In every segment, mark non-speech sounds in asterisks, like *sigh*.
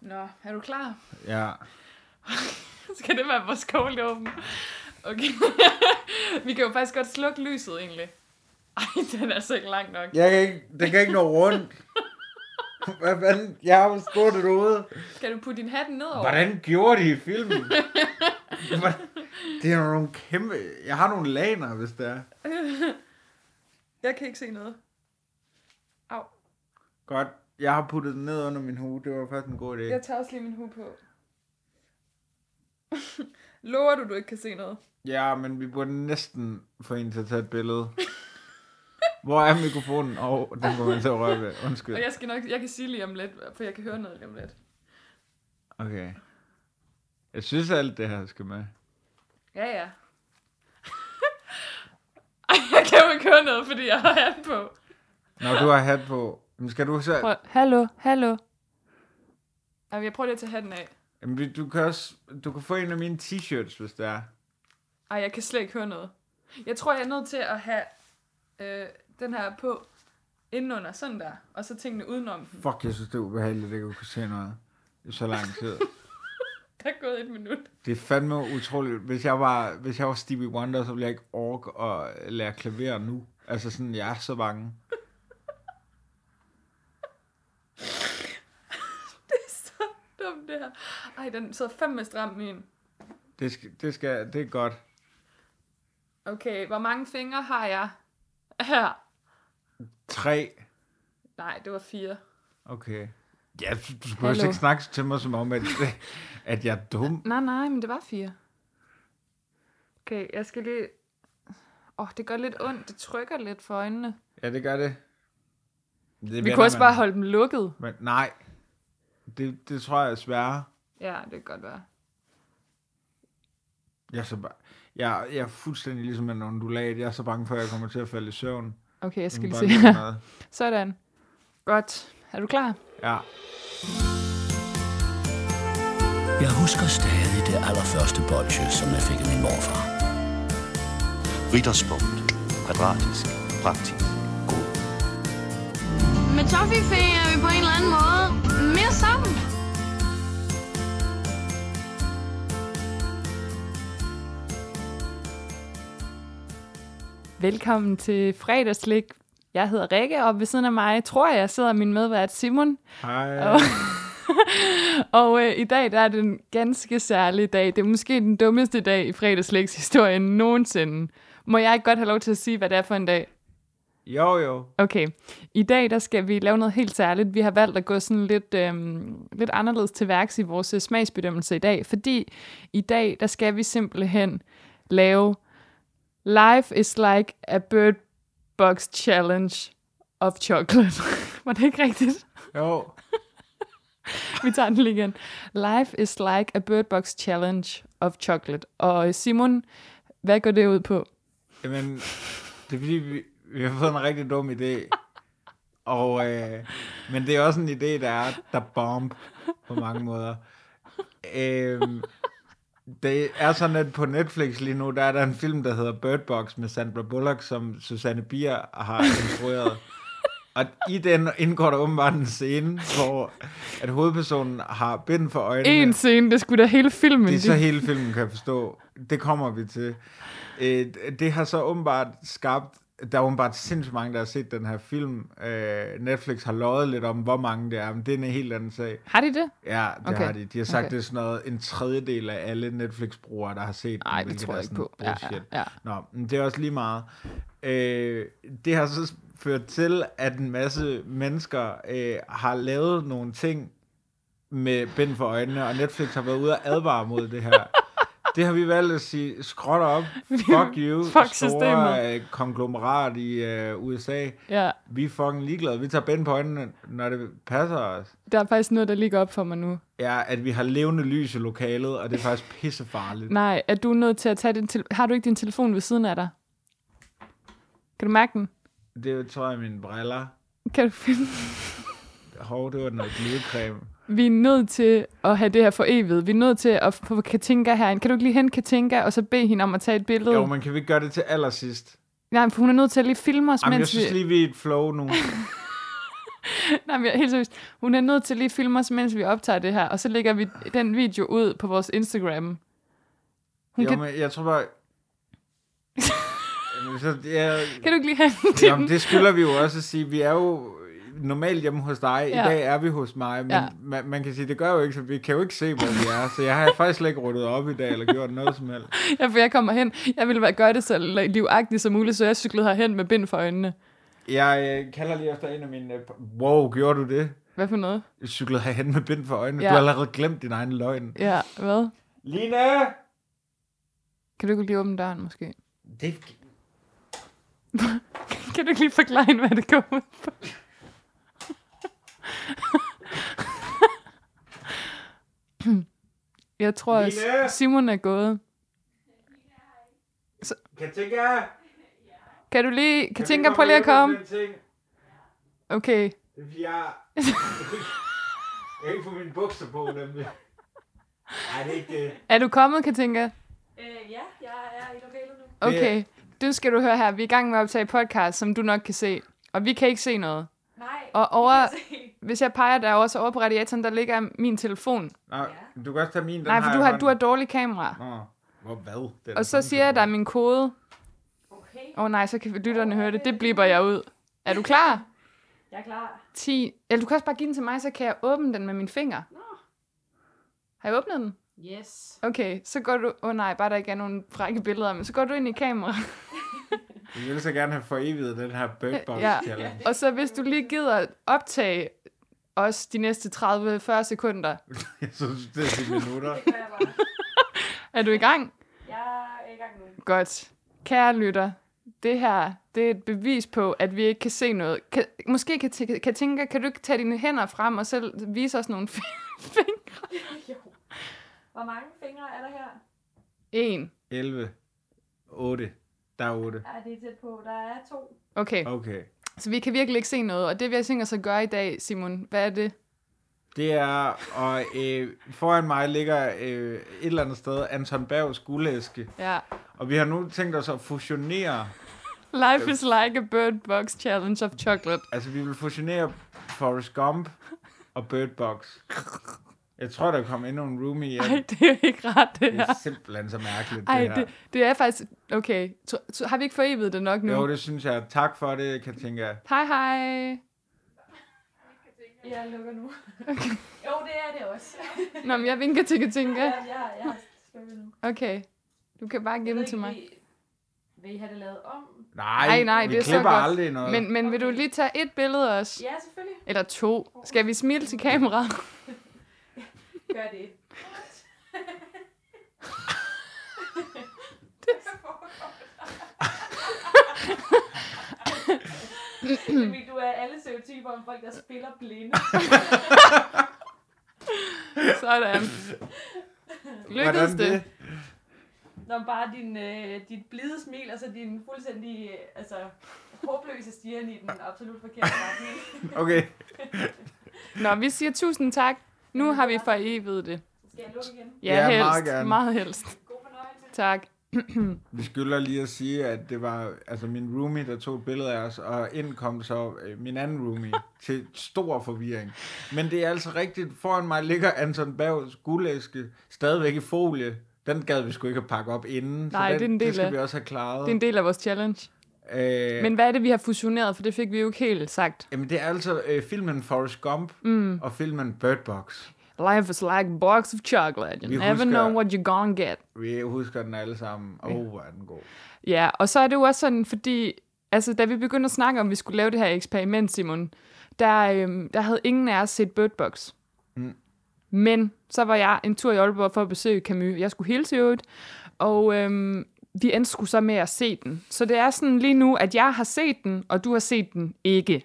Nå, er du klar? *laughs* Ja. Skal det være vores cold open? Okay. *laughs* vi kan jo faktisk godt slukke lyset, egentlig. Ej, *laughs* den er så ikke lang nok. Jeg kan ikke, det kan ikke nå rundt. Hvad fanden? Jeg har jo stået det ude. Skal du putte din hatten nedover? Hvordan gjorde de i filmen? Hvordan- Det er nogle kæmpe... Jeg har nogle laner, hvis det er. *laughs* Jeg kan ikke se noget. Au. Godt. Jeg har puttet den ned under min hue. Det var faktisk en god idé. Jeg tager også lige min hue på. *laughs* Lover du, du ikke kan se noget? Ja, men vi burde næsten få en til at tage et billede. Hvor er mikrofonen? Åh, oh, den må man så røre ved. Undskyld. Og jeg, skal nok, jeg kan sige lige om lidt, for jeg kan høre noget lige om lidt. Okay. Jeg synes, alt det her skal med. Ja, ja. *laughs* Ej, jeg kan jo ikke høre noget, fordi jeg har hatten på. Når du har hat på... Jamen, skal du så... Prøv, hallo, hallo. Jamen, jeg prøver lige at tage hatten af. Jamen, vi- du kan også... Du kan få en af mine t-shirts, hvis det er. Ej, jeg kan slet ikke høre noget. Jeg tror, jeg er nødt til at have øh, den her på indenunder, sådan der, og så tingene udenom den. *laughs* Fuck, jeg synes, det er ubehageligt, at jeg kunne se noget i så lang tid. Der er gået et minut. Det er fandme utroligt. Hvis jeg var, hvis jeg var Stevie Wonder, så ville jeg ikke orke at lære klaver nu. Altså sådan, jeg er så bange. Det er så dumt, det her. Ej, den sidder fandme stramt, min. Det skal, det, skal, det er godt. Okay, hvor mange fingre har jeg? *laughs* Her. Tre. Nej, det var fire. Okay. Ja, du, du skal også Hallo. ikke snakke til mig som om, at, at jeg er dum. Nej, nej, men det var fire. Okay, jeg skal lige... Åh, oh, det gør lidt ondt. Det trykker lidt for øjnene. Ja, det gør det. det Vi kunne også bare holde dem lukket. Men, nej. Det, det tror jeg er sværere. Ja, det kan godt være. Jeg er, så ba- jeg, jeg er fuldstændig ligesom en undulat. Jeg er så bange for, at jeg kommer til at falde i søvn. Okay, jeg skal Jeg lige kan se bare gøre her. noget. *laughs* Sådan. Godt. Er du klar? Ja. Jeg husker stadig det allerførste bolsje, som jeg fik af min morfar. Ritterspunkt. Kvadratisk. Praktisk. God. Med Toffifee er vi på en eller anden måde mere sammen. Velkommen til fredagslik. Jeg hedder Rikke, og ved siden af mig, tror jeg, sidder min medvært Simon. Hej. Og- Og øh, i dag der er det en ganske særlig dag. Det er måske den dummeste dag i fredagslægs historie nogensinde. Må jeg ikke godt have lov til at sige, hvad det er for en dag? Jo, jo. Okay. I dag der skal vi lave noget helt særligt. Vi har valgt at gå sådan lidt, øhm, lidt anderledes til værks i vores øh, smagsbedømmelse i dag, fordi i dag der skal vi simpelthen lave Life is like a bird box challenge of chocolate. *laughs* Var det ikke rigtigt? Jo. Vi tager den lige igen. Life is like a bird box challenge of chocolate. Og øh, Simon, hvad går det ud på? Jamen, det er fordi, vi, vi har fået en rigtig dum idé. Og, øh, men det er også en idé, der er, der bomb på mange måder. Øh, det er sådan, at på Netflix lige nu, der er der en film, der hedder Bird Box med Sandra Bullock, som Susanne Bier har instrueret. Og i den indgår der åbenbart en scene, hvor at hovedpersonen har bind for øjnene. En scene, det skulle da hele filmen. øh, Det er så hele filmen, kan jeg forstå. Det kommer vi til. Øh, det har så åbenbart skabt... Der er åbenbart sindssygt mange, der har set den her film. Øh, Netflix har løjet lidt om, hvor mange det er, men det er en helt anden sag. Har de det? Ja, det Okay. okay. har de. De har Okay. sagt, okay. det er sådan noget, en tredjedel af alle Netflix-brugere, der har set Ej, det hvilket tror jeg er ikke sådan på. Ja, ja, Bullshit. ja. Nå, men det er også lige meget. Øh, det har så ført til, at en masse mennesker øh, har lavet nogle ting med bind for øjnene, og Netflix har været ude og advare mod det *laughs* her. Det har vi valgt at sige, skråt op, fuck you, Fuck store øh, konglomerat i øh, USA. Ja. Vi er fucking ligeglade. Vi tager bind på øjnene, når det passer os. Der er faktisk noget, der ligger op for mig nu. Ja, at vi har levende lys i lokalet, og det er faktisk pissefarligt. Nej, er du nødt til at tage din telefon? Har du ikke din telefon ved siden af dig? Kan du mærke den? Det tror jeg er mine briller. Kan du finde den? Hov, det var noget glidecreme. Vi er nødt til at have det her for evigt. Vi er nødt til at få Katinka herind. Kan du ikke lige hente Katinka, og så bede hende om at tage et billede? Jo, men kan vi ikke gøre det til allersidst? Nej, for hun er nødt til at lige filme os, Jamen, jeg mens vi... synes lige, vi er i et flow nu. Nej, men jeg- helt seriøst. Hun er nødt til lige at filme os, mens vi optager det her, og så lægger vi den video ud på vores Instagram. Hun Jo, kan, men jeg tror bare... Jamen, så, *laughs* ja, kan du ikke lige have den? jamen, det skylder vi jo også at sige. Vi er jo normalt hjemme hos dig. I Ja. dag er vi hos mig, men Ja. man, man kan sige, det gør jo ikke, så vi kan jo ikke se, hvor vi er. Så jeg har faktisk slet ikke ryddet op i dag, eller gjort noget som helst. Ja, for jeg kommer hen. Jeg ville være- gøre det så livagtigt som muligt, så jeg cyklede herhen med bind for øjnene. Jeg øh, kalder lige efter en af mine... øh, Wow, gjorde du det? Hvad for noget? Jeg cyklede herhen med bind for øjnene. Ja. Ja. Du har allerede glemt din egen løgn. Ja, hvad? Line! Kan du ikke lige åbne døren, måske? Det, Kan du ikke lige forklare hende, hvad det går ud på? Jeg tror, at Line! Simon er gået. Katinka! Kan du lige... Katinka, prøv lige at komme. Okay. Jeg... *laughs* Jeg kan ikke få mine bukser på, nemlig. Nej, det er ikke det. Er du kommet, Katinka? Øh, ja, jeg er i lokalet nu. Okay. Nu skal du høre her. Vi er i gang med at optage podcast, som du nok kan se. Og vi kan ikke se noget. Nej. Og over, se. hvis jeg peger derover, så over på radiatoren, der ligger min telefon. Den Nå, du kan også tage min. Den Nej, for jeg du i har, hånden. du har dårlig kamera. Nå, hvor hvad? Den er Og så sådan, siger jeg den dig min kode. Åh Okay, oh, nej, så kan lytterne høre det. Det blipper jeg ud. Er du klar? jeg er klar. 10. Eller du kan også bare give den til mig, så kan jeg åbne den med min finger. Har jeg åbnet den? Yes. Okay, så går du... Åh oh, nej, bare der ikke er nogen frække billeder, men så går du ind i kamera. er. Jeg vil så gerne have forevidet den her Bird Box Ja. ja. challenge. *laughs* Og så hvis du lige gider optage os de næste 30-40 sekunder. Jeg synes, det er 10 minutter. Det gør jeg bare. Er du i gang? Jeg er i gang nu. Godt. Kære lytter, det her det er et bevis på, at vi ikke kan se noget. Kan, måske kan, Ti- Katinka, kan du ikke tage dine hænder frem og selv vise os nogle *laughs* fi- fingre? Jo. Hvor mange fingre er der her? En. 11. 8. Der er 8. Ja, det er tæt på. Der er to. Okay, Okay. så vi kan virkelig ikke se noget. Og det vil jeg tænke os at gøre i dag, Simon. Hvad er det? Det er, og øh, foran mig ligger øh, et eller andet sted Anton Bergs guldæske. Ja. Og vi har nu tænkt os at fusionere. Life Øhm. is like a bird box challenge of *laughs* chocolate. Altså, vi vil fusionere Forrest Gump og Bird Box. Jeg tror, der kom endnu en roomie hjem. Ej, det er jo ikke ret, det Det er her. simpelthen så mærkeligt, Ej, det her. det, det er faktisk... Okay, tro- tro- har vi ikke forevet det nok nu? Jo, det synes jeg. Tak for det, Katinka. Hej, hej. Jeg *laughs* lukker nu. Jo, det er det også. Nå, men jeg vinker til Katinka. Ja, jeg, jeg har slukket nu. Okay, du kan bare give den til mig. Vil I have det lavet om? Nej, Ej, nej, vi det er så klipper godt. aldrig noget. Men, men vil du lige tage et billede også? Ja, selvfølgelig. Eller to. Skal vi smile til *laughs* kameraet? Gør det. Emil, du er alle stereotyper om folk, der spiller blinde. Sådan. Lykkedes Hvordan det? Når bare din, øh, dit blide smil, og så din fuldstændig øh, altså, håbløse stigen i den absolut forkerte retning. Okay, Nå, vi siger tusind tak. Nu har vi forevet det. Skal jeg lukke igen? Ja, Ja, helst. meget gerne. Meget helst. God fornøjelse. Tak. vi skylder lige at sige, at det var altså min roomie, der tog et billede af os, og ind kom så øh, min anden *laughs* roomie til stor forvirring. Men det er altså rigtigt. Foran mig ligger Anton Bergs guldæske stadigvæk i folie. Den gad vi sgu ikke at pakke op inden. Nej, så den, det er en del det skal af- vi også have klaret. Det er en del af vores challenge. Øh, Men hvad er det, vi har fusioneret? For det fik vi jo ikke helt sagt. Jamen, det er altså øh, filmen Forrest Gump mm. og filmen Bird Box. Life is like a box of chocolate. You Vi never husker- know what you're gonna get. Vi husker den alle sammen. Åh, oh, hvor er den god. Ja, og så er det jo også sådan, fordi altså, da vi begyndte at snakke om, at vi skulle lave det her eksperiment, Simon, der, øhm, der havde ingen af os set Birdbox. Mm. Men så var jeg en tur i Aalborg for at besøge Camus. Jeg skulle hilse i øvrigt, og øhm, vi endte skulle så med at se den. Så det er sådan lige nu, at jeg har set den, og du har set den ikke.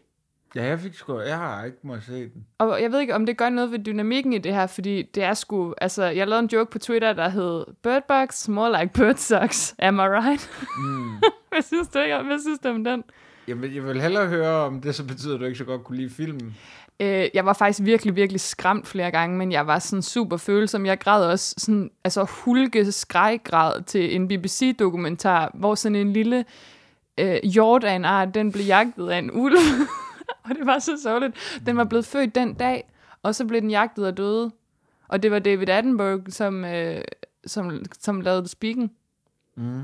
Ja, jeg fik sgu... Jeg har ikke måttet se den. Og jeg ved ikke, om det gør noget ved dynamikken i det her, fordi det er sgu... Altså, jeg lavede en joke på Twitter, der hed Birdbox, more like bird sucks. Am I right? Mm. *laughs* hvad, synes du ikke, om- hvad synes du om den? Jamen, jeg vil hellere høre, om det så betyder, at du ikke så godt kunne lide filmen. Øh, jeg var faktisk virkelig, virkelig skræmt flere gange, men jeg var sådan super følsom. Jeg græd også sådan, altså hulke skrækgræd til en BBC-dokumentar, hvor sådan en lille øh, hjort af en art, den blev jagtet af en ulv. *laughs* Og det var så sørgeligt. Den var blevet født den dag, og så blev den jagtet og døde. Og det var David Attenborough, som, øh, som, som lavede Speaking. Mm.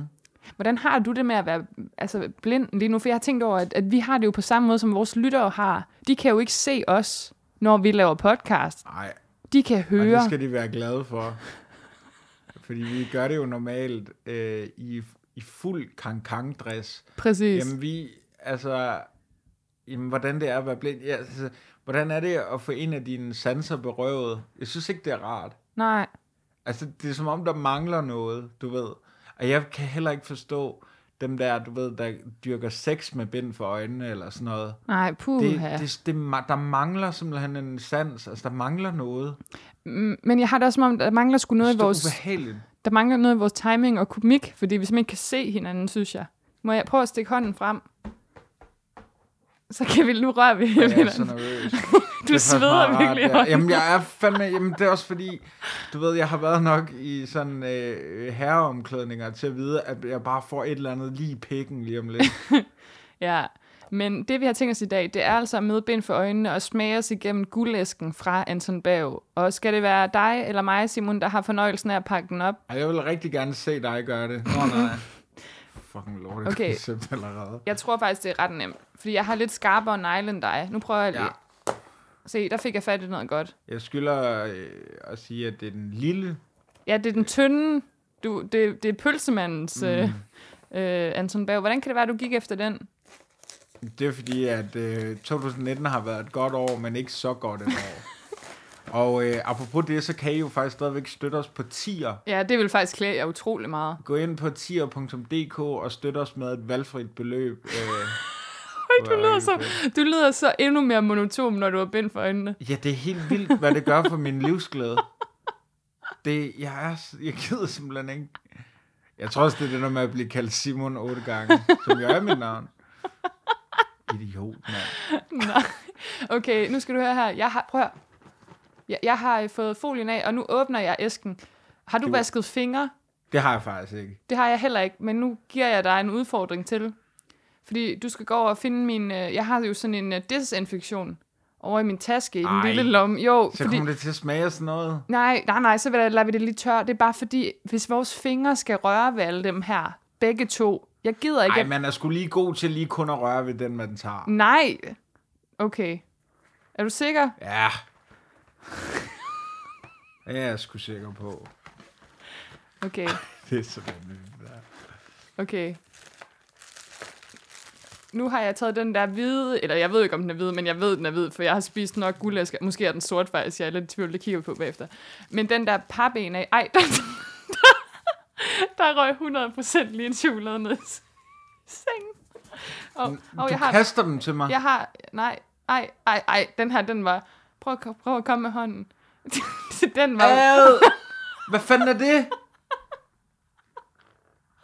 Hvordan har du det med at være altså, blind lige nu? For jeg har tænkt over, at, at vi har det jo på samme måde, som vores lyttere har. De kan jo ikke se os, når vi laver podcast. Nej, De kan og høre. det skal de være glade for. Fordi vi gør det jo normalt øh, i, i fuld kankang-dress. Præcis. Jamen vi, altså, jamen, hvordan det er at være blind. Ja, altså, hvordan er det at få en af dine sanser berøvet? Jeg synes ikke, det er rart. Nej. Altså, det er som om, der mangler noget, du ved. Og jeg kan heller ikke forstå dem der, du ved, der dyrker sex med bind for øjnene eller sådan noget. Nej, puha. Det, det, det, ma- der mangler simpelthen en sans, altså der mangler noget. Mm, Men jeg har det også som om, der mangler sgu noget i Det er vores, ubehageligt. der mangler noget i vores timing og komik, fordi vi simpelthen ikke kan se hinanden, synes jeg. Må jeg prøve at stikke hånden frem? Så kan vi nu røre ved Jeg er *laughs* så hinanden. nervøs. Du Det er faktisk meget sveder rart, virkelig i ja. hånden. Jamen, jeg er fandme... Jamen, det er også fordi, du ved, jeg har været nok i sådan øh, herreomklædninger til at vide, at jeg bare får et eller andet lige i pikken lige om lidt. Ja, men det vi har tænkt os i dag, det er altså at møde bind for øjnene og smage os igennem guldæsken fra Anton Bav. Og skal det være dig eller mig, Simon, der har fornøjelsen af at pakke den op? Ej, jeg vil rigtig gerne se dig gøre det. Nå, nej. Fucking lortet Okay. okay. koncept allerede. Jeg tror faktisk, det er ret nemt, fordi jeg har lidt skarpere negle end dig. Nu prøver jeg lige. Ja. Ja. Se, der fik jeg fat i noget godt. Jeg skylder øh, at sige, at det er den lille. Ja, det er den tynde, du, det, det er pølsemandens mm. øh, øh, Anton Bav. Hvordan kan det være, du gik efter den? Det er fordi, at øh, 2019 har været et godt år, men ikke så godt et år. *laughs* Og øh, apropos det, så kan I jo faktisk stadigvæk støtte os på tier. Ja, det vil faktisk klæde jer utrolig meget. Gå ind på tier.dk og støt os med et valgfrit beløb. *laughs* Øh, Du lyder, så, du lyder så endnu mere monotom, når du har bind for øjnene. Ja, det er helt vildt, hvad det gør for min livsglæde. Det, jeg, er, s- jeg gider simpelthen ikke. Jeg tror også, det er det der med at blive kaldt Simon otte gange, som jeg er mit navn. Idiot, mand. Nej. Okay, nu skal du høre her. Jeg har, prøv at høre. jeg, jeg har øh, fået folien af, og nu åbner jeg æsken. Har du Du- vasket fingre? Det har jeg faktisk ikke. Det har jeg heller ikke, men nu giver jeg dig en udfordring til. Fordi du skal gå over og finde min... øh, Jeg har jo sådan en øh, desinfektion over i min taske, i den Ej. lille lomme. Jo, Så kommer det til at smage af sådan noget. Nej, nej, nej, så vil jeg- lader vi det lige tør. Det er bare fordi, hvis vores fingre skal røre ved alle dem her, begge to, jeg gider ikke... Ej, at- man er sgu lige god til lige kun at røre ved den, man tager. Nej! Okay. Er du sikker? *laughs* Ja. Det er jeg sgu sikker på. Okay, Det er så vanvittigt. det der. okay. Nu har jeg taget den der hvide, eller jeg ved ikke, om den er hvid, men jeg ved, den er hvid, for jeg har spist nok guldæsk. Måske er den sort faktisk, jeg er lidt i tvivl, det kigger vi på bagefter. Men den der pappen af, ej, *laughs* der, der, der røg 100% lige en chokolade ned i sengen. Og, og Du jeg har kaster dem til mig. Jeg har... Nej, ej, ej, ej. Den her, den var... Prøv at, prøv at komme med hånden. *laughs* den var... Ad! Hvad fanden er det?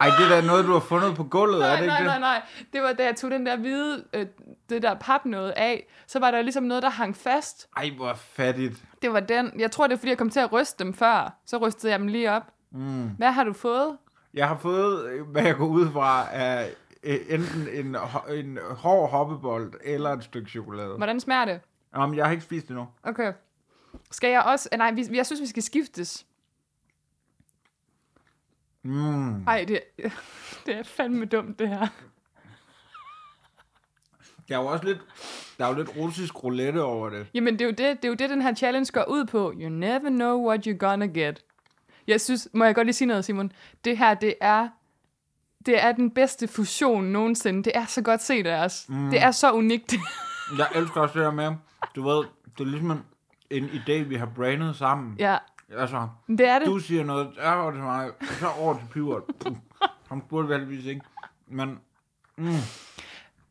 Ej, det er da noget, du har fundet på gulvet, er det Nej, nej, ikke nej, det? nej. Det var, da jeg tog den der hvide, øh, det der pap noget af, så var der ligesom noget, der hang fast. Ej, hvor fattigt. Det var den. Jeg tror, det er, fordi jeg kom til at ryste dem før. Så rystede jeg dem lige op. Mm. Hvad har du fået? Jeg har fået, øh, hvad jeg går ud fra, er øh, enten en, ho- en hård hoppebold eller et stykke chokolade. Hvordan smager det? Jamen, jeg har ikke spist det endnu. Okay. Skal jeg også... eh, Nej, vi, jeg synes, vi skal skiftes. Mm. Nej, det, *laughs* det er fandme dumt, det her. Der er jo også lidt, der er jo lidt russisk roulette over det. Jamen, det er, jo det, det er jo det, den her challenge går ud på. You never know what you're gonna get. Jeg synes, må jeg godt lige sige noget, Simon? Det her, det er, det er den bedste fusion nogensinde. Det er så godt set af os. Mm. Det er så unikt. *laughs* Jeg elsker også det der med, du ved, det er ligesom en, en idé, vi har brandet sammen. ja, Altså, det er det. Du siger noget, jeg over til mig, og så over til pivot. Han burde vi heldigvis ikke. Men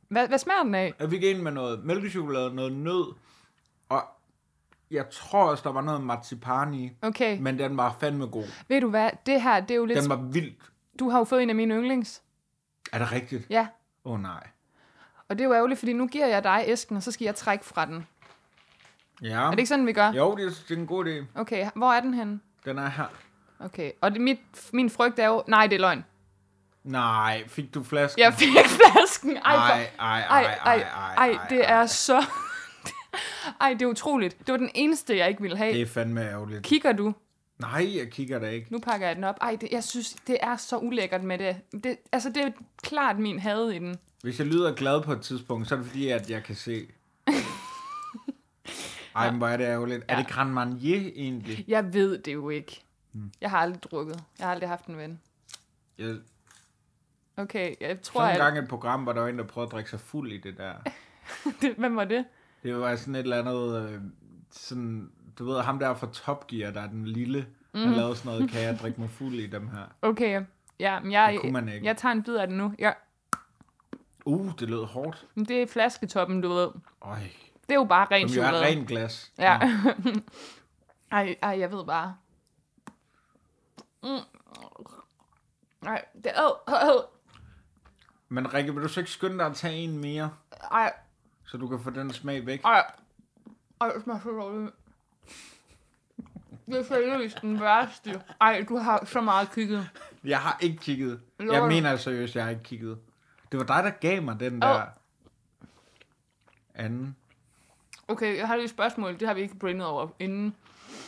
Hvad, hvad smager den af? jeg fik en med noget mælkechokolade, noget nød, og jeg tror også, der var noget marcipan i, Okay, Men, men den var fandme god. ved du hvad? Det her, det er jo lidt... Den var vildt. Du har jo fået en af mine yndlings. Er det rigtigt? Ja, Åh oh, nej. og det er jo ærgerligt, fordi nu giver jeg dig æsken, og så skal jeg trække fra den. Ja. Er det ikke sådan, vi gør? Jo, det er, det er en god idé. Okay, hvor er den henne? Den er her. Okay, og det, mit, min frygt er jo... Nej, det er løgn. Nej, fik du flasken? Jeg fik *laughs* flasken. Ej, for ej, ej, ej, ej, ej, ej, ej, det er så... *laughs* ej, det er utroligt. Det var den eneste, jeg ikke ville have. Det er fandme ærgerligt. Kigger du? Nej, jeg kigger da ikke. Nu pakker jeg den op. Ej, det, jeg synes, det er så ulækkert med det. det. Altså, det er klart min had i den. Hvis jeg lyder glad på et tidspunkt, så er det fordi, at jeg *laughs* kan se. Ej, men hvor er det ærgerligt. Er det Grand Marnier egentlig? Jeg ved det jo ikke. Hmm. Jeg har aldrig drukket. Jeg har aldrig haft en ven. Jeg Okay, jeg tror, så en at... gang et program, hvor der var en, der prøvede at drikke sig fuld i det der. Det, *laughs* hvem var det? Det var sådan et eller andet, øh, sådan, du ved, ham der fra Top Gear, der er den lille, mm. Mhm. han lavede sådan noget, kan jeg drikke mig fuld i dem her? Okay, ja, men jeg, Det kunne man ikke. jeg tager en bid af den nu. Ja, Uh, det lød hårdt. men det er flasketoppen, du ved. Øj, Det er jo bare ren som jo er chokolade. ren glas. Ja. ej, ej, jeg ved bare. Mm. Ej, det er... Øh, øh, Men Rikke, vil du så ikke skynde dig at tage en mere, ej, så du kan få den smag væk? ej. Ej, det smager så dårligt. Det er seriøst den værste. Ej, du har så meget kigget. Jeg har ikke kigget. Lover Jeg du? mener altså seriøst, jeg har ikke kigget. Det var dig, der gav mig den der anden. Okay, jeg har lige et spørgsmål. Det har vi ikke brainet over inden.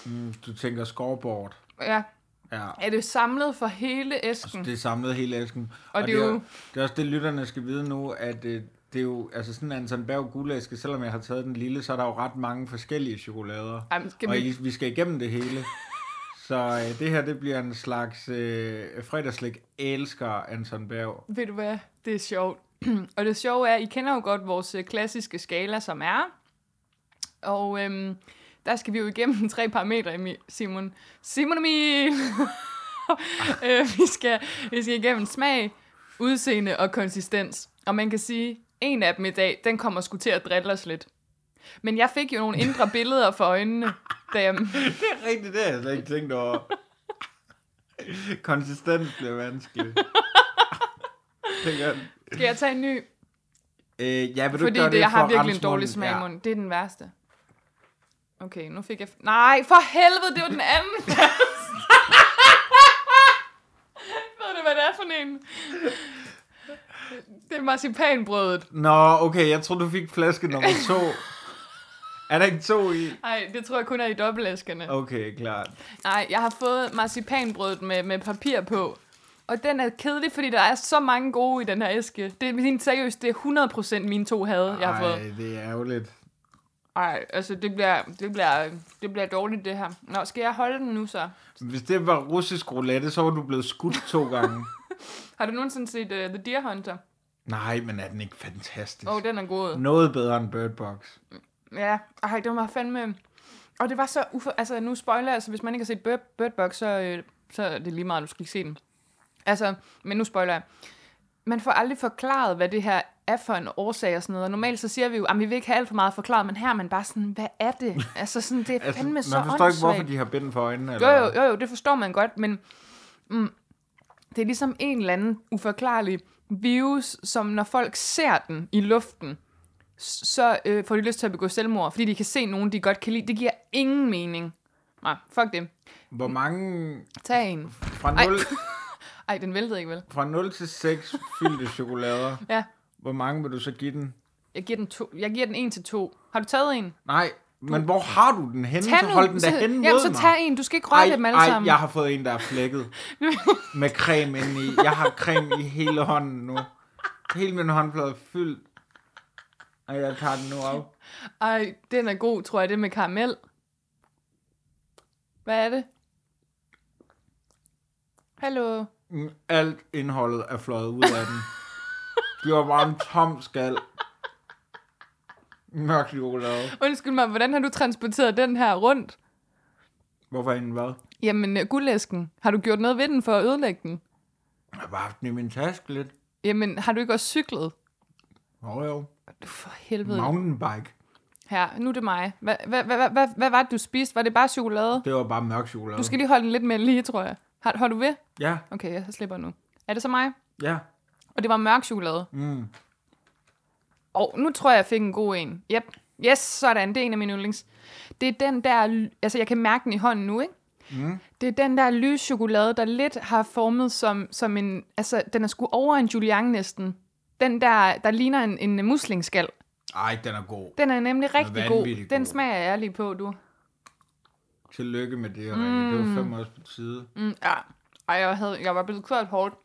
Mm, Du tænker scoreboard. Ja, Ja. er det samlet for hele æsken? Det er samlet hele æsken. Og det er jo- det, det er også det, lytterne skal vide nu, at øh, det er jo, altså sådan en Anton Berg guldæske, selvom jeg har taget den lille, så er der jo ret mange forskellige chokolader. Ej, men skal og vi- I, vi skal igennem det *laughs* hele. så øh, det her, det bliver en slags øh, fredagslik elsker Anton Berg. Ved du hvad? Det er sjovt. *clears throat* og det sjove er, I kender jo godt vores øh, klassiske skala, som er. Og øhm, der skal vi jo igennem *laughs* tre parametre, Emil- Simon. Simon Emil! *laughs* øh, vi, skal, vi skal igennem smag, udseende og konsistens. Og man kan sige, en af dem i dag, den kommer sgu til at drille os lidt. Men jeg fik jo nogle indre billeder for øjnene, da jeg... Det er rigtigt, det har jeg slet ikke tænkt over. Konsistens bliver vanskeligt. Tænker, jeg. Skal jeg tage en ny? øh, ja, vil du ikke Fordi gøre det, det, jeg for har at virkelig rense en dårlig munden? smag i Ja. munden. Det er den værste. Okay, nu fik jeg... f- Nej, for helvede, det var den *laughs* anden værste. Ved du, hvad det er for en? Det er marcipanbrødet. Nå, okay, jeg tror du fik flaske nummer to. er der ikke to i? Nej, det tror jeg kun er i dobbeltæskerne. Okay, klart. Nej, jeg har fået marcipanbrødet med, med papir på. Og den er kedelig, fordi der er så mange gode i den her æske. Det er min seriøst, det er 100% mine to havde, jeg har fået. Ej, det er ærgerligt. Ej, altså det bliver, det, bliver, det bliver dårligt det her. Nå, skal jeg holde den nu så? Hvis det var russisk roulette, så var du blevet skudt to gange. Har du nogensinde set uh, The Deer Hunter? Nej, men er den ikke fantastisk? Åh, oh, den er god. Noget bedre end Bird Box. Ja, ej, det var fandme... Og det var så ufor... Altså, nu spoiler jeg, så hvis man ikke har set Bird, Bird Box, så, øh, så er det lige meget, du skal ikke se den. Altså, men nu spoiler jeg. Man får aldrig forklaret, hvad det her er for en årsag og sådan noget. Og normalt så siger vi jo, at vi vil ikke have alt for meget forklaret, men her er man bare sådan, hvad er det? Altså, sådan, det er Altså, fandme man så forstår ikke, hvorfor åndssvagt. de har bind for øjnene. Jo, jo, jo, jo, det forstår man godt, men mm, det er ligesom en eller anden uforklarlig virus, som når folk ser den i luften, s- så øh, får de lyst til at begå selvmord, fordi de kan se nogen, de godt kan lide. Det giver ingen mening. Nej, fuck det. Hvor mange... Tag en. Fra Ej. 0, Ej, den væltede ikke, vel? fra 0 til 6 fyldte chokolader. Ja, Hvor mange vil du så give den? jeg giver den, to, jeg giver den en til to. Har du taget en? Nej, men hvor har du den henne? Tag så hold den så, der henne jamen, mod så mig. tag en. Du skal ikke røre dem alle sammen. jeg har fået en, der er flækket *laughs* med creme indeni. Jeg har creme i hele hånden nu. Hele min håndflade er fyldt. Og jeg tager den nu op. Ej, den er god, tror jeg, det med karamel. Hvad er det? Hallo? Mm, Alt indholdet er fløjet ud af den. Det var bare en tom skal. Mørk chokolade. Undskyld mig, hvordan har du transporteret den her rundt? Hvorfor en hvad? Jamen, øh, guldæsken. Har du gjort noget ved den for at ødelægge den? Jeg har bare haft den i min taske lidt. Jamen, har du ikke også cyklet? Jo jo. Du for helvede. Mountainbike. Her, nu er det mig. Hvad hva, hva, hva, hva, hvad var det, du spiste? Var det bare chokolade? Det var bare mørk chokolade. Du skal lige holde den lidt mere lige, tror jeg. Har, har du ved? Ja, Okay, jeg slipper nu. Er det så mig? ja. Og det var mørk chokolade. Mm. Og nu tror jeg, jeg fik en god en. Yep. Yes, sådan. Det er en af mine yndlings. Det er den der... l- Altså, jeg kan mærke den i hånden nu, ikke? Mm. Det er den der lys chokolade, der lidt har formet som, som en... Altså, den er sgu over en julian næsten. Den der, der ligner en, en muslingskal. Ej, den er god. Den er nemlig rigtig god. vanvittigt Den god. smager jeg ærlig på, du. Tillykke med det, Rikke. Det var fem års på tide. Mm, ja. Ej, jeg, havde, jeg var blevet kørt hårdt.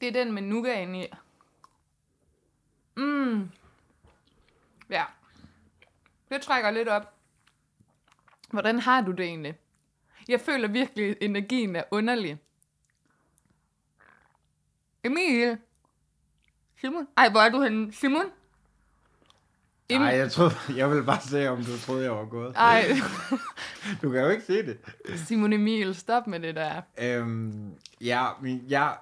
Det er den med nougaten i. Mm. Ja. Det trækker lidt op. Hvordan har du det egentlig? Jeg føler virkelig, at energien er underlig. Emil? Simon? Ej, hvor er du henne? Simon? Emil? Nej, jeg, troede, jeg ville bare se, om du troede, jeg var gået. Ej, *laughs* Du kan jo ikke se det. Simon Emil, stop med det der. Øhm, ja, men jeg,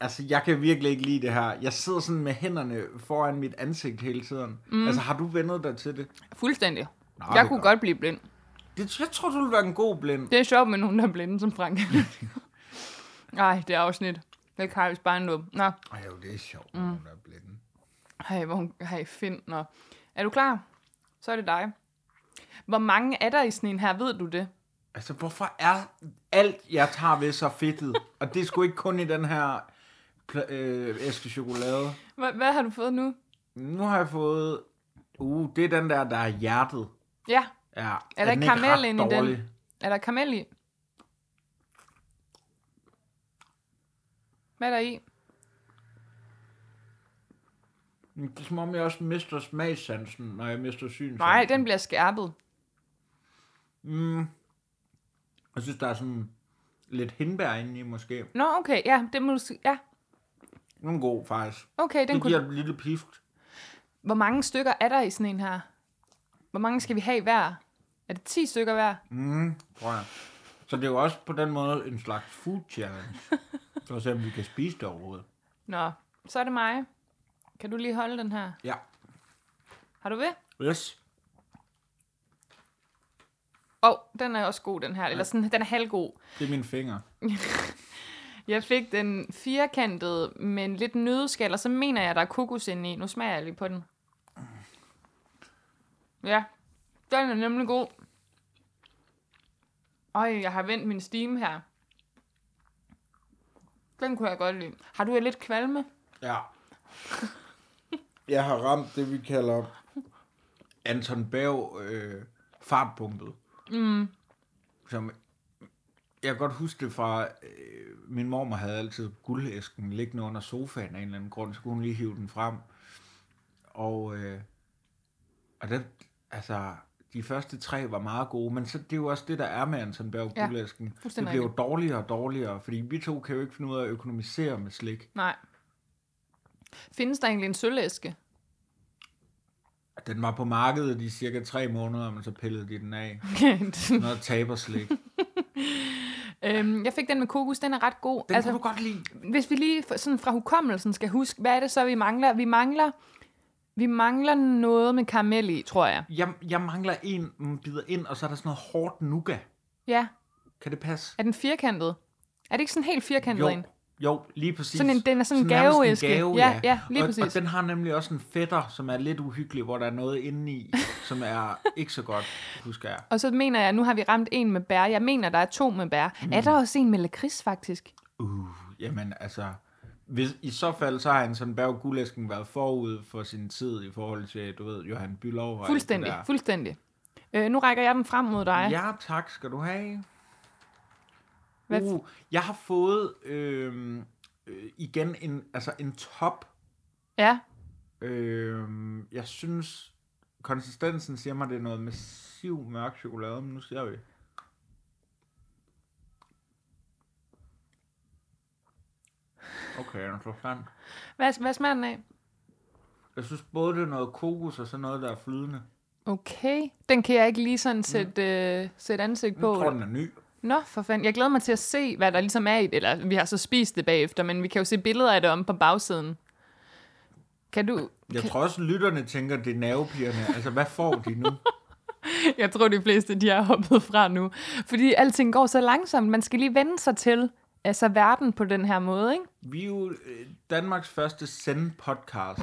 altså, jeg kan virkelig ikke lide det her. Jeg sidder sådan med hænderne foran mit ansigt hele tiden. Mm. Altså, har du vendet dig til det? Fuldstændig. Nå, jeg det kunne gør- godt blive blind. det? Jeg tror, du ville være en god blind. Det er sjovt med nogen, der er blinde som *laughs* Frank. Ej, det er afsnit. Det er Karls Barnlund. Nå, Ej, jo, det er sjovt, når mm. der er blinde. hej, hvor hun... Hej, Finn. Nå. Er du klar? Så er det dig. Hvor mange er der i sådan en her? Ved du det? Altså, hvorfor er alt, jeg tager ved, så fedtet? Og det er sgu ikke kun i den her pla- øh, æske chokolade. Hva- Hvad har du fået nu? Nu har jeg fået... Uh, det er den der, der er hjertet. Ja, Ja, er der den ikke ikke karamel ret ind i dårlig? den? er der karamel i? Hvad er der i? Men Det er som om, jeg også mister smagssansen, når jeg mister synssansen. Nej, den bliver skærpet. Mm. Jeg synes, der er sådan lidt hindbær inde i, måske. Nå, okay, ja, det må du sige. Ja, Den er god, faktisk. okay, den det kunne... giver et lille pift. Hvor mange stykker er der i sådan en her? Hvor mange skal vi have hver? Er det 10 stykker hver? Mm, tror jeg. Så det er jo også på den måde en slags food *laughs* challenge. For at se, om vi kan spise det overhovedet. Nå, så er det mig. Kan du lige holde den her? Ja. Har du ved? Yes. Åh, oh, den er også god, den her. Eller sådan, den er halvgod. Det er mine fingre. Jeg fik den firkantede, men lidt nødskal, og så mener jeg, at der er kokos inde i. Nu smager jeg lige på den. Ja, den er nemlig god. Øj, jeg har vendt min steam her. Den kunne jeg godt lide. Har du lidt kvalme? Ja. *laughs* Jeg har ramt det, vi kalder Anton Bav øh, fartpunktet. Mm. Som, jeg kan godt huske det fra, øh, min mormor havde altid guldæsken liggende under sofaen af en eller anden grund, så kunne hun lige hive den frem. Og, øh, og det, altså, de første tre var meget gode, men så, det er jo også det, der er med Anton Bav Ja, guldæsken. det fuldstændig bliver jo dårligere og dårligere, fordi vi to kan jo ikke finde ud af at økonomisere med slik. Nej. Findes der egentlig en *laughs* sølvæske? Den var på markedet i cirka tre måneder, men så pillede de den af. Noget *laughs* taberslik. øhm, jeg fik den med kokos, den er ret god. Den altså, kunne du godt lide. hvis vi lige for- sådan fra hukommelsen skal huske, hvad er det så, vi mangler? Vi mangler, vi mangler noget med karamel i, tror jeg. Jeg, jeg mangler en mm, bider ind, og så er der sådan noget hårdt nougat. Ja, Kan det passe? er den firkantet? Er det ikke sådan helt firkantet en? jo, lige præcis. Sådan en- den er sådan en nærmest gaveæske. gave, Ja, ja. ja, lige og, præcis. Og den har nemlig også en fætter, som er lidt uhyggelig, hvor der er noget inde i, som er ikke så godt, husker jeg. Og så mener jeg, at nu har vi ramt en med bær. Jeg mener, der er to med bær. Mm. Er der også en med lakrids, faktisk? Uh, jamen altså... Hvis, I så fald, så har han sådan bag guldæsken været forud for sin tid i forhold til, du ved, Johan Bylov. og alt det Fuldstændig, der. fuldstændig. Øh, nu rækker jeg den frem mod dig. Ja, tak skal du have. Hvad- Uh, jeg har fået øh, øh, igen en, altså en top. ja. Øh, jeg synes, konsistensen siger mig, det er noget massiv mørk chokolade, men nu ser vi. Okay, den slår fand. Hvad, hvad smager den af? Jeg synes både, det er noget kokos og sådan noget, der er flydende. Okay. Den kan jeg ikke lige sådan sætte, øh, sætte ansigt Jeg på. Mm. tror, den er ny. Nå, for fanden. Jeg glæder mig til at se, hvad der ligesom er i det. Eller, vi har så spist det bagefter, men vi kan jo se billeder af det om på bagsiden. Kan du... Jeg tror også, lytterne tænker, det er nervepigerne. Altså, hvad får de nu? *laughs* Jeg tror, de fleste, de er hoppet fra nu. Fordi alting går så langsomt. Man skal lige vende sig til altså verden på den her måde, ikke? Vi er jo øh, Danmarks *laughs* første send-podcast.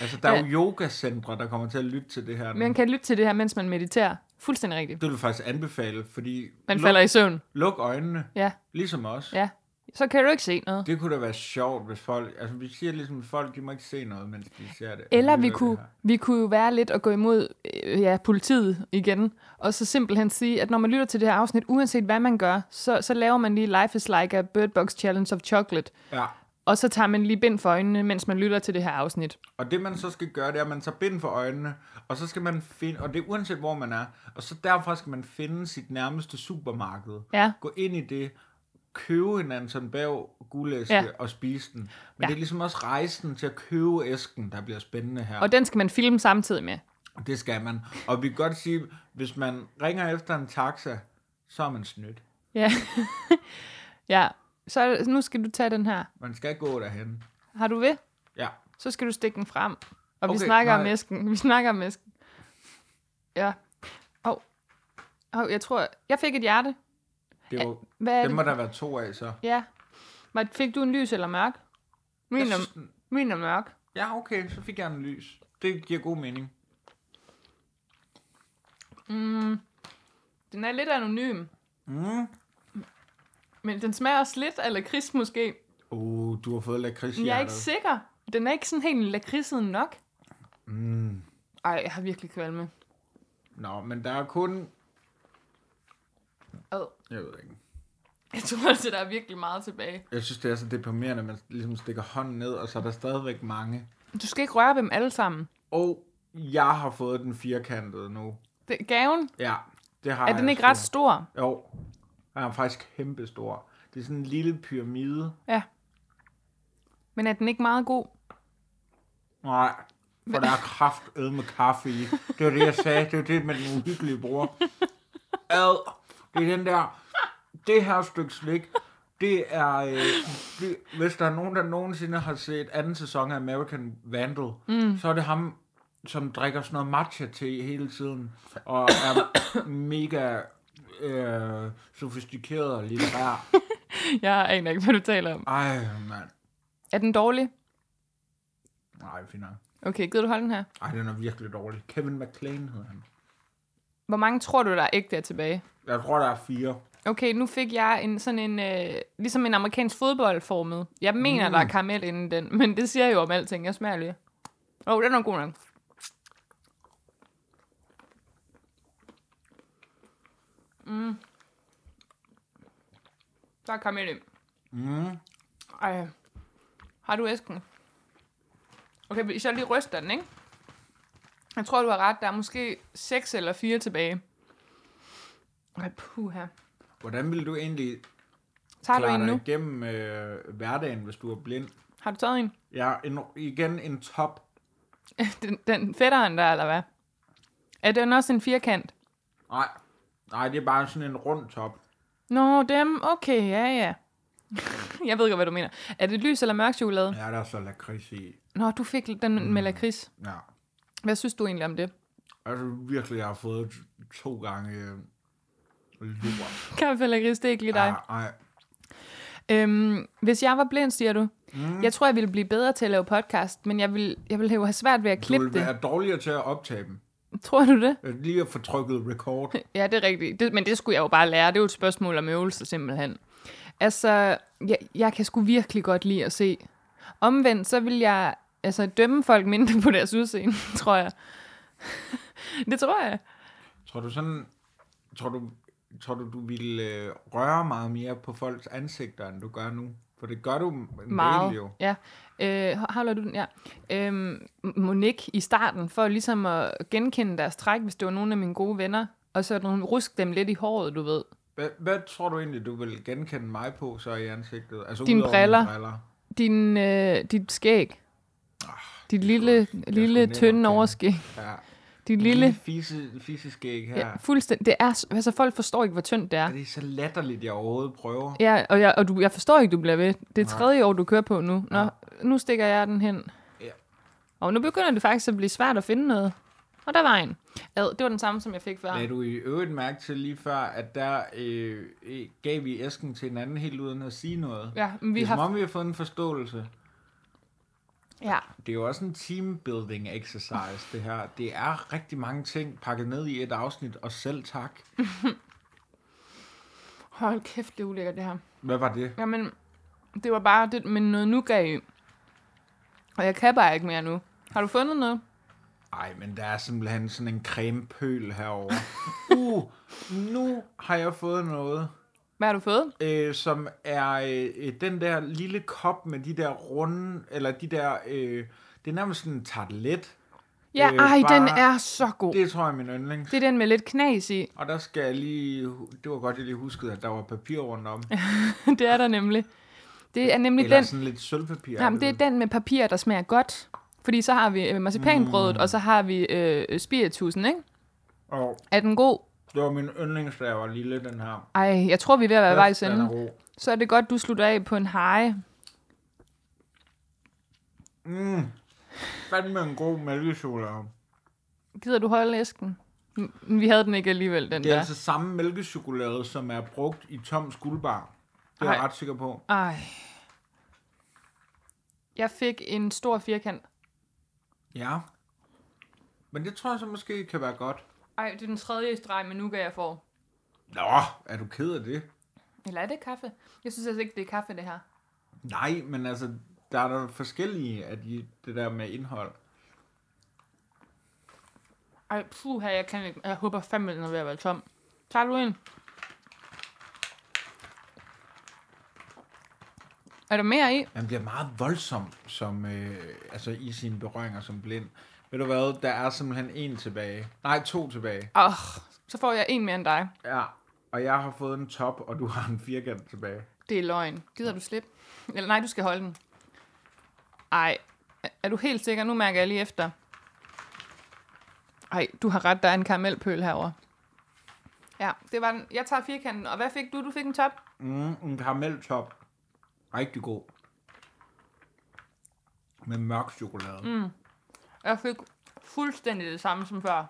altså, der er jo yogacentre, der kommer til at lytte til det her. nu. Man kan lytte til det her, mens man mediterer. Fuldstændig rigtigt. Det vil jeg faktisk anbefale, fordi Man luk, falder i søvn. luk øjnene, Ja, ligesom os. ja. Så kan du ikke se noget. Det kunne da være sjovt, hvis folk... Altså, vi siger ligesom, at folk de må ikke se noget, mens de ser det. Eller Lytter vi det kunne, her. vi kunne jo være lidt og gå imod øh, ja, politiet igen, og så simpelthen sige, at når man lytter til det her afsnit, uanset hvad man gør, så, så laver man lige Life is like a Bird Box Challenge of Chocolate, Ja, og så tager man lige bind for øjnene, mens man lytter til det her afsnit. og det man så skal gøre, det er, at man tager bind for øjnene, og så skal man finde... Og det er uanset, hvor man er. Og så derfra skal man finde sit nærmeste supermarked. Ja, Gå ind i det, købe en Anton Bav guldæske Ja. ja. og spise den. Men Ja. ja. det er ligesom også rejsen til at købe æsken, der bliver spændende her. og den skal man filme samtidig med. Det skal man. Og vi kan godt sige, hvis man ringer efter en taxa, så er man snydt. Ja, *laughs* ja. så er det- nu skal du tage den her. Man skal gå derhen. Har du ved? Ja. Så skal du stikke den frem. Og okay, vi Okay, snakker nej. om nej. æsken. Vi snakker om æsken. Ja. Åh, oh. oh, jeg tror, jeg fik et hjerte. Det er jo, Hvad er dem det? må der være to af, så. Ja. Var, fik du en lys eller mørk? Min Jeg er, synes- min er mørk. Ja, okay, så fik jeg en lys. Det giver god mening. Den er lidt anonym. Mm. Men den smager også lidt af lakrids måske. Uh, du har fået Men jeg er ikke lakridshjertet. sikker. Den er ikke sådan helt lakridset nok. Mm. Ej, jeg har virkelig kvalme. *laughs* Nå, men der er kun... Ad. Jeg ved ikke. Jeg tror altså, der er virkelig meget tilbage. Jeg synes, det er så deprimerende, at man ligesom stikker hånden ned, og så er der stadigvæk mange. Du skal ikke røre ved dem alle sammen. Og jeg har fået den firkantede nu. Det, gaven, Ja, det har er jeg den ikke ret sgu. stor? Jo, den er faktisk kæmpe stor. Det er sådan en lille pyramide. Ja. Men er den ikke meget god? Nej, for der er kraft med kaffe i. Det var det, jeg sagde. Det var det med den uhyggelige bror. Ad. Det er den der... Det her stykke slik, det er... Øh, det, hvis der er nogen, der nogensinde har set anden sæson af American Vandal, mm. så er det ham, som drikker sådan noget matcha-te hele tiden, og er mega øh, sofistikeret og litterær. Jeg aner ikke, hvad du taler om. Ej, mand. Er den dårlig? Nej, fint nok. Okay, gider du holde den her? Ej, den er virkelig dårlig. Kevin McLean hedder han. Hvor mange tror du, der er ægte er tilbage? Jeg tror, der er fire. Okay, nu fik jeg en sådan en, øh, ligesom en amerikansk fodboldformet. Jeg mener, mm. der er karamel inden den, men det siger jeg jo om alting. Jeg smager lige. Åh, oh, den er god nok. Mm. Der er karamel i. Mm. Ej. Har du æsken? Okay, hvis jeg lige ryster den, ikke? Jeg tror, du har ret. Der er måske 6 eller 4 tilbage. Ej, puha. Hvordan vil du egentlig Tager du en dig nu? igennem øh, hverdagen, hvis du er blind? Har du taget en? *laughs* Ja, en, igen en top. Den, den fætteren der, eller hvad? Er den også en firkant? Nej, nej, det er bare sådan en rund top. Nå, dem. Okay, ja, ja. *laughs* jeg ved ikke, hvad du mener. Er det lys eller mørk chokolade? Ja, der er så lakrids i. Nå, du fik den med lakrids. Ja, Hvad synes du egentlig om det? altså virkelig, jeg har fået to gange øh, lort. *laughs* Kaffe eller lakrids, det er ikke lige dig. Ja, nej, Ah. Øhm, hvis jeg var blind, siger du. Mm. Jeg tror, jeg ville blive bedre til at lave podcast, men jeg ville, jeg ville jo have svært ved at du klippe vil det. være dårligere til at optage dem. Tror du det? Øh, Lige at få trykket *laughs* record. Ja, det er rigtigt. Det, men det skulle jeg jo bare lære. Det er jo et spørgsmål om øvelse, simpelthen. Altså, jeg, jeg kan sgu virkelig godt lide at se. Omvendt, så vil jeg altså, dømme folk mindre på deres udseende, *laughs* tror jeg. det tror jeg. Tror du sådan... Tror du, tror du, du ville øh, røre meget mere på folks ansigter, end du gør nu? For det gør du en del jo. Meget, ja. Øh, har- holder du den? Ja. Øhm, Monique i starten, for ligesom at genkende deres træk, hvis det var nogle af mine gode venner, og så nogle, rusk dem lidt i håret, du ved. Hvad, hvad tror du egentlig, du vil genkende mig på så i ansigtet? Altså, Dine udover mine briller. briller. Din, øh, dit skæg. Ah, Dit lille, lille nemt at tynde kende. overskæg. Ja. Dit lille... Fise, fiseskæg her. Ja, Ja. fuldstændig. Det er, s- altså folk forstår ikke, hvor tyndt det er. Er det så latterligt, jeg overhovedet prøver? Ja, og, jeg, og du, jeg forstår ikke, du bliver ved. Det er tredje år, du kører på nu. Nå, nu stikker jeg den hen. Ja. Og nu begynder det faktisk at blive svært at finde noget. Og der var en. Ad, det var den samme, som jeg fik før. Lad du i øvrigt mærke til lige før, at der øh, øh, gav vi æsken til hinanden helt uden at sige noget. Ja, men vi det er har... som om, vi har fået en forståelse. Ja. Det er jo også en teambuilding exercise, det her. Det er rigtig mange ting pakket ned i et afsnit, og selv tak. Hold kæft, det er ulækkert, det her. Hvad var det? Jamen, det var bare det med noget nougat i. Og jeg kan bare ikke mere nu. Har du fundet noget? Ej, men der er simpelthen sådan en cremepøl herovre. *laughs* Uh, nu har jeg fået noget, Hvad har du fået? øh, som er øh, øh, den der lille kop med de der runde, eller de der, øh, det er nærmest sådan en tartelet. Ja, øh, Øh, ej, bare- den er så god. Det, Det tror jeg er min yndlings. det er den med lidt knas i. *laughs* Og der skal jeg lige, det var godt, jeg lige huskede, at der var papir rundt om. det er der nemlig. Det er nemlig Eller den, sådan lidt sølvpapir. jamen, det er den med papir, der smager godt. Fordi så har vi øh, marcipanbrødet, mm. og så har vi øh, spiritusen, ikke? Og Er den god? det var min yndlings, da jeg var lille, den her. Ej, jeg tror, vi er ved at være i vejs Den er ende. god. Så er det godt, du slutter af på en hej. Mm. Fandme en god mælkechokolade. Gider du holde æsken? Mm, Vi havde den ikke alligevel, den Det er der. altså samme mælkechokolade, som er brugt i Toms guldbar. Det er Ej. jeg ret sikker på. Ej. Jeg fik en stor firkant. Ja. Men det tror jeg så måske kan være godt. Ej, det er den tredje streg med nougat, jeg får. Nå, er du ked af det? Eller er det kaffe? Jeg synes altså ikke, det er kaffe, det her. Nej, men altså, der er der forskellige af de, det der med indhold. Ej, puha, jeg kan ikke. Jeg håber fandme, den er ved at være tom. Tager du en? Er der mere i? Man bliver meget voldsom som, øh, altså i sine berøringer som blind. Ved du hvad, der er simpelthen en tilbage. Nej, to tilbage. Åh, oh, så får jeg en mere end dig. Ja, og jeg har fået en top, og du har en firkant tilbage. Det er løgn. Gider du slippe? Eller nej, du skal holde den. Ej, er- er du helt sikker? Nu mærker jeg lige efter. Ej, du har ret, der er en karamelpøl herover. Ja, det var den. Jeg tager firkanten. Og hvad fik du? Du fik en top. Mm, en karameltop. Rigtig god. Med mørk chokolade. Mm. Jeg fik fuldstændig det samme som før.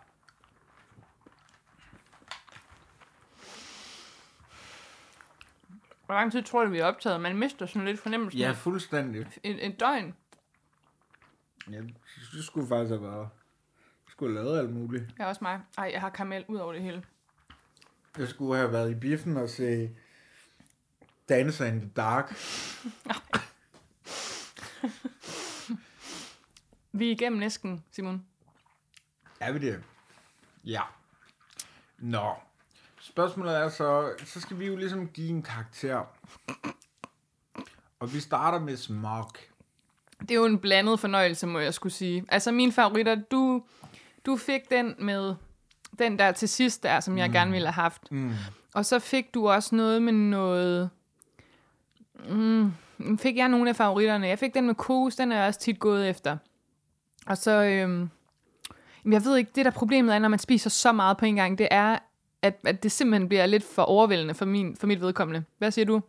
Hvor lang tid tror du, vi er optaget? Man mister sådan lidt fornemmelsen. Ja, fuldstændig. En, en døgn. Ja, det skulle faktisk have været. Jeg skulle have lavet alt muligt. Ja, også mig. Ej, jeg har karamel ud over det hele. Jeg skulle have været i biffen og se Dancer in the Dark. Vi er igennem næsten, Simon. Er vi det? Ja. Nå. Spørgsmålet er så, så skal vi jo ligesom give en karakter. Og vi starter med smog. Det er jo en blandet fornøjelse, må jeg skulle sige. Altså, mine favoritter, du, du fik den med den der til sidst der, som jeg mm. gerne ville have haft. Mm. Og så fik du også noget med noget... Mm, fik jeg nogle af favoritterne. Jeg fik den med kokos, den er jeg også tit gået efter. Og så... Øhm, jamen, jeg ved ikke, det der problemet er, når man spiser så meget på en gang, det er, at, at det simpelthen bliver lidt for overvældende for, min, for mit vedkommende. Hvad siger du?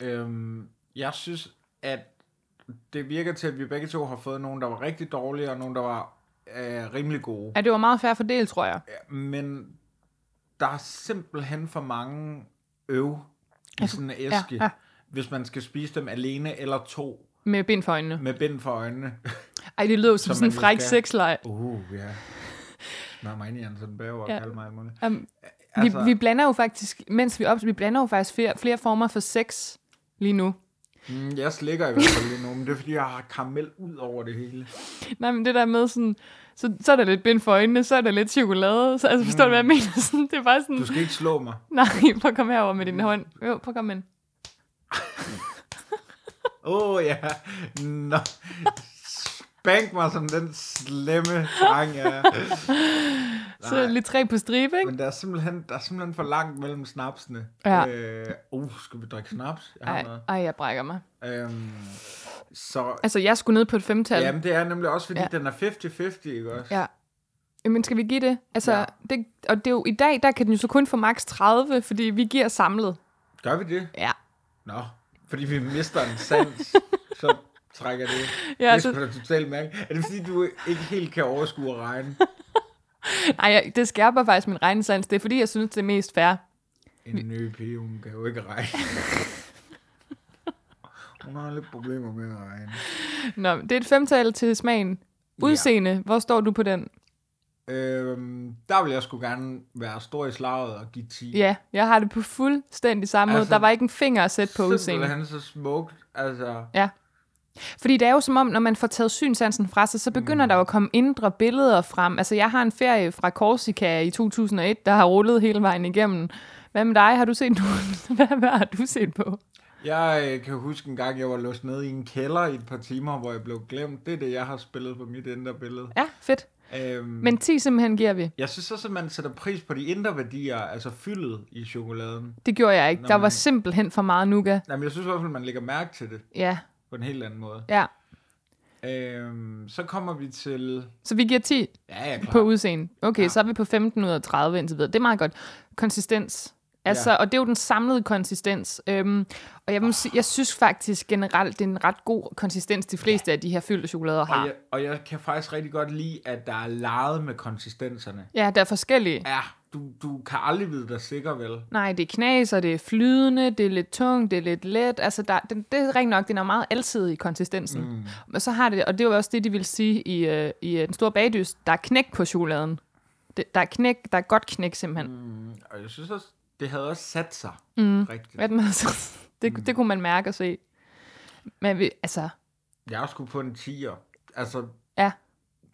Øhm, jeg synes, at det virker til, at vi begge to har fået nogen, der var rigtig dårlige, og nogen, der var øh, rimelig gode. Ja, det var meget færre fordel, tror jeg. Men der er simpelthen for mange øv i sådan en Altså, ja, æske, ja. hvis man skal spise dem alene eller to Med bind for øjnene. med bind for øjnene. Ej, det lød jo som, Som sådan en man jo fræk skal. sexleg. *laughs* Uh, ja. Smør mig ind i Anton Bauer og Ja. kald mig alt muligt. Um, altså... vi, Altså- vi blander jo faktisk, mens vi op, vi blander jo faktisk flere, flere former for sex lige nu. Mm, jeg slikker i hvert fald lige nu, men det er fordi, jeg har karamel ud over det hele. Nej, men det der med sådan, så, så er der lidt bind for øjnene, så er der lidt chokolade, så altså forstår du, hvad jeg mener? *laughs* Sådan, det er bare sådan, Mm. Du Mm. skal ikke slå mig. nej, prøv at komme herover med din hånd. Jo, prøv at komme ind. Åh oh, ja. Nå. Spank mig som den slemme dreng, jeg er. *laughs* Så er Nej. lidt træ på stribe, ikke? Men der er simpelthen, der er simpelthen for langt mellem snapsene. Ja. Øh, uh, skal vi drikke snaps? Jeg har Ej, noget. ej, jeg brækker mig. Øhm, så, Altså, jeg skulle ned på et femtal. jamen det er nemlig også, fordi Altså- Ja. ja. den er 50-50, ikke også? Ja. Jamen, skal vi give det? Altså, ja. Ja. det, og det er jo, i dag, der kan den jo så kun få maks 30, fordi vi giver samlet. Gør vi det? Ja. Nå, fordi vi mister en sans, så trækker det. Ja, Ja, det så- er sgu da totalt mærke. Er det fordi, du ikke helt kan overskue at regne? Nej, jeg- det skærper faktisk min regnesans. Det er fordi, jeg synes, det er mest fair. En ny pige, hun kan jo ikke regne. Hun har lidt problemer med at regne. Nå, det er et femtal til smagen. Udseende, ja. hvor står du på den? Øhm, der vil jeg sgu gerne være stor i slaget og give 10. Ja, jeg har det på fuldstændig samme altså, måde. Altså, Der var ikke en finger at sætte på udseende. Simpelthen så smukt. Altså, Fordi det er jo som om, når man får taget synsansen fra sig, så begynder mm. der jo at komme indre billeder frem. Altså, jeg har en ferie fra Korsika i 2001, der har rullet hele vejen igennem. Hvad med dig? Har du set nogen? *laughs* Hvad, hvad har du set på? jeg øh, kan huske en gang, jeg var låst nede i en kælder i et par timer, hvor jeg blev glemt. Det er det, jeg har spillet på mit indre billede. Ja, fedt. Øhm, Men 10 simpelthen giver vi. Jeg synes også, at man sætter pris på de indre værdier, altså fyldet i chokoladen. Det gjorde jeg ikke. Nå, Der var men- simpelthen for meget nougat. Jamen, jeg synes i hvert fald, man lægger mærke til det Ja, på en helt anden måde. ja. Øhm, så kommer vi til... Så vi giver 10 Ja, ja, klar. på udseende. Okay, ja. Ja. så er vi på 15 ud af 30 indtil videre. Det er meget godt. Konsistens. Altså, ja. Ja. Og det er jo den samlede konsistens. Øhm, og jeg, må sige, jeg synes faktisk generelt, det er en ret god konsistens, de fleste ja. af de her fyldte chokolader har. Og jeg, og jeg kan faktisk rigtig godt lide, at der er leget med konsistenserne. Ja, der er forskellige. Ja, du, du kan aldrig vide dig sikker, vel? Nej, det er knas, og det er flydende, det er lidt tungt, det er lidt let. Altså, der, den, det er rent nok, den er meget alsidig i konsistensen. Mm. Men så har det, og det var også det, de ville sige i, øh, i øh, Den Store Bagdyst, der er knæk på chokoladen. Det, der er knæk, der er godt knæk simpelthen. Mm. Og jeg synes også, det havde også sat sig mm. rigtigt. Hvad den altså, det, mm. det kunne man mærke og se. Men vi, altså, Jeg er sgu på en 10'er. Altså, ja,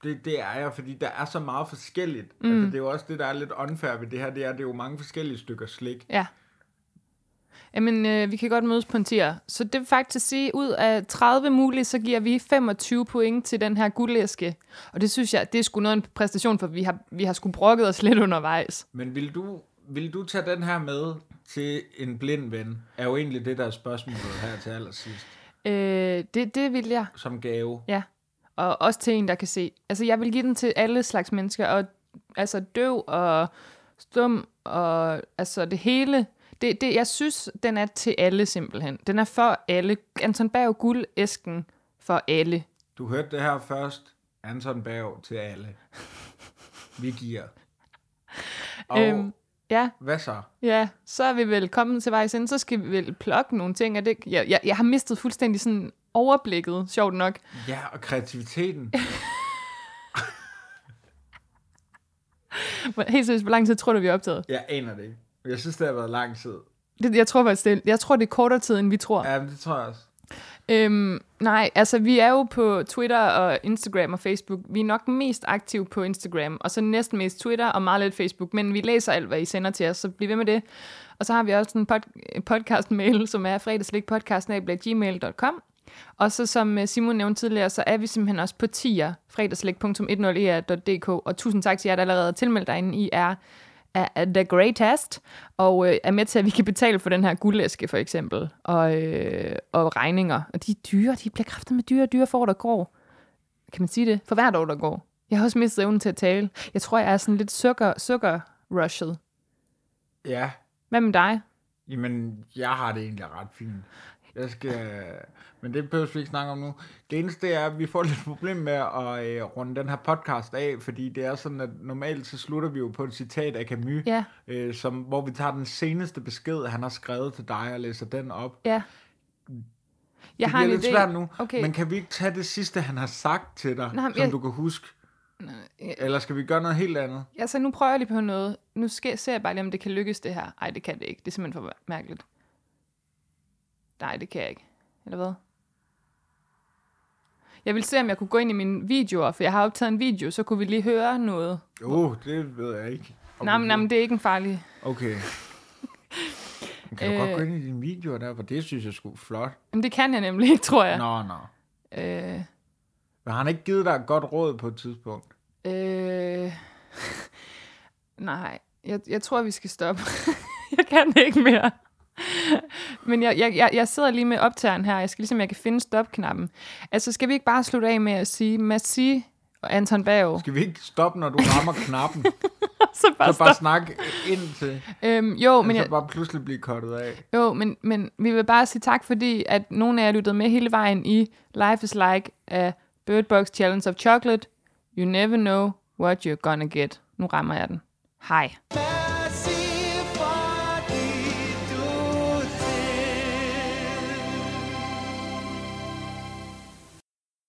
det, det er jeg, fordi der er så meget forskelligt. Mm. Altså, det er jo også det, der er lidt unfair ved det her. Det er, det er jo mange forskellige stykker slik. ja. Jamen, øh, vi kan godt mødes på en tier. Så det vil faktisk sige, ud af 30 mulige, så giver vi 25 point til den her guldæske. Og det synes jeg, det er sgu noget af en præstation, for vi har, vi har sgu brokket os lidt undervejs. Men vil du, vil du tage den her med til en blind ven? Er jo egentlig det, der er spørgsmålet her til allersidst. Øh, det, det vil jeg, Som gave. ja. Og også til en, der kan se. Altså, jeg vil give den til alle slags mennesker, og altså døv og stum og altså det hele. Det, det, jeg synes, den er til alle simpelthen. Den er for alle. Anton Berg guldæsken for alle. Du hørte det her først. Anton Berg til alle. Vi giver. Og Øhm, ja, hvad så? ja, så er vi vel kommet til vejs ende. Så skal vi vel plukke nogle ting. Og det, jeg, jeg, jeg har mistet fuldstændig sådan overblikket, sjovt nok. Ja, og kreativiteten. Hvor- Helt seriøst, hvor lang tid tror du, vi er optaget? Jeg aner det ikke. Jeg synes, det har været lang tid. Det, jeg tror faktisk, det er, jeg tror, det er kortere tid, end vi tror. Ja, men det tror jeg også. Øhm, nej, altså vi er jo på Twitter og Instagram og Facebook. Vi er nok mest aktive på Instagram, og så næsten mest Twitter og meget lidt Facebook. Men vi læser alt, hvad I sender til os, så bliv ved med det. Og så har vi også en pod- podcast-mail, som er fredagslikpodcast.gmail.com. Og så som øh, Simon nævnte tidligere, så er vi simpelthen også på tier, e fredagslik.10er.dk. Og tusind tak til jer, der allerede er tilmeldt derinde. I er, er, er the greatest, og øh, er med til, at vi kan betale for den her guldæske for eksempel, og, øh, og regninger. Og de er dyre, de bliver kraftet med dyre og dyre for år, der går. Kan man sige det? For hvert år, der går. Jeg har også mistet evnen til at tale. Jeg tror, jeg er sådan lidt sukker, sukker rushet. Ja, Hvad med dig? Jamen, jeg har det egentlig ret fint. Jeg skal... Men det behøver vi ikke snakke om nu. Det eneste er, at vi får lidt problem med at øh, runde den her podcast af, fordi det er sådan, at normalt så slutter vi jo på et citat af Camus, Ja. øh, som, hvor vi tager den seneste besked, han har skrevet til dig og læser den op. Ja. Jeg det har en lidt idé. svært nu, Okay. men kan vi ikke tage det sidste, han har sagt til dig, Nej, men som jeg- du kan huske? Eller skal vi gøre noget helt andet? Altså, nu prøver jeg lige på noget. Nu skal, ser jeg bare lige, om det kan lykkes, det her. Nej, det kan det ikke. Det er simpelthen for mærkeligt. Nej, det kan jeg ikke. Eller hvad? Jeg vil se, om jeg kunne gå ind i mine videoer, for jeg har optaget en video, så kunne vi lige høre noget. Åh, oh, det ved jeg ikke. Okay. Nej, men, nej, men det er ikke en farlig... Okay. Men kan du godt gå ind i dine videoer der, for det synes jeg skulle flot. Men det kan jeg nemlig ikke, tror jeg. Nå, nå. Øh, Men har han ikke givet dig et godt råd på et tidspunkt? øh, *laughs* nej, jeg, jeg tror, vi skal stoppe. *laughs* jeg kan ikke mere. Men jeg, jeg, jeg, jeg sidder lige med optageren her. Jeg skal ligesom, jeg kan finde stopknappen. Altså, skal vi ikke bare slutte af med at sige Massi og Anton Bav? Skal vi ikke stoppe, når du rammer knappen? *laughs* Så bare, Så stop. bare snakke indtil, Øhm, jo, men men jeg, så bare pludselig blive kottet af. Jo, men, men vi vil bare sige tak, fordi at nogen af jer lyttede med hele vejen i Life is Like af Bird Box Challenge of Chocolate. You never know what you're gonna get. Nu rammer jeg den. Hej. Mad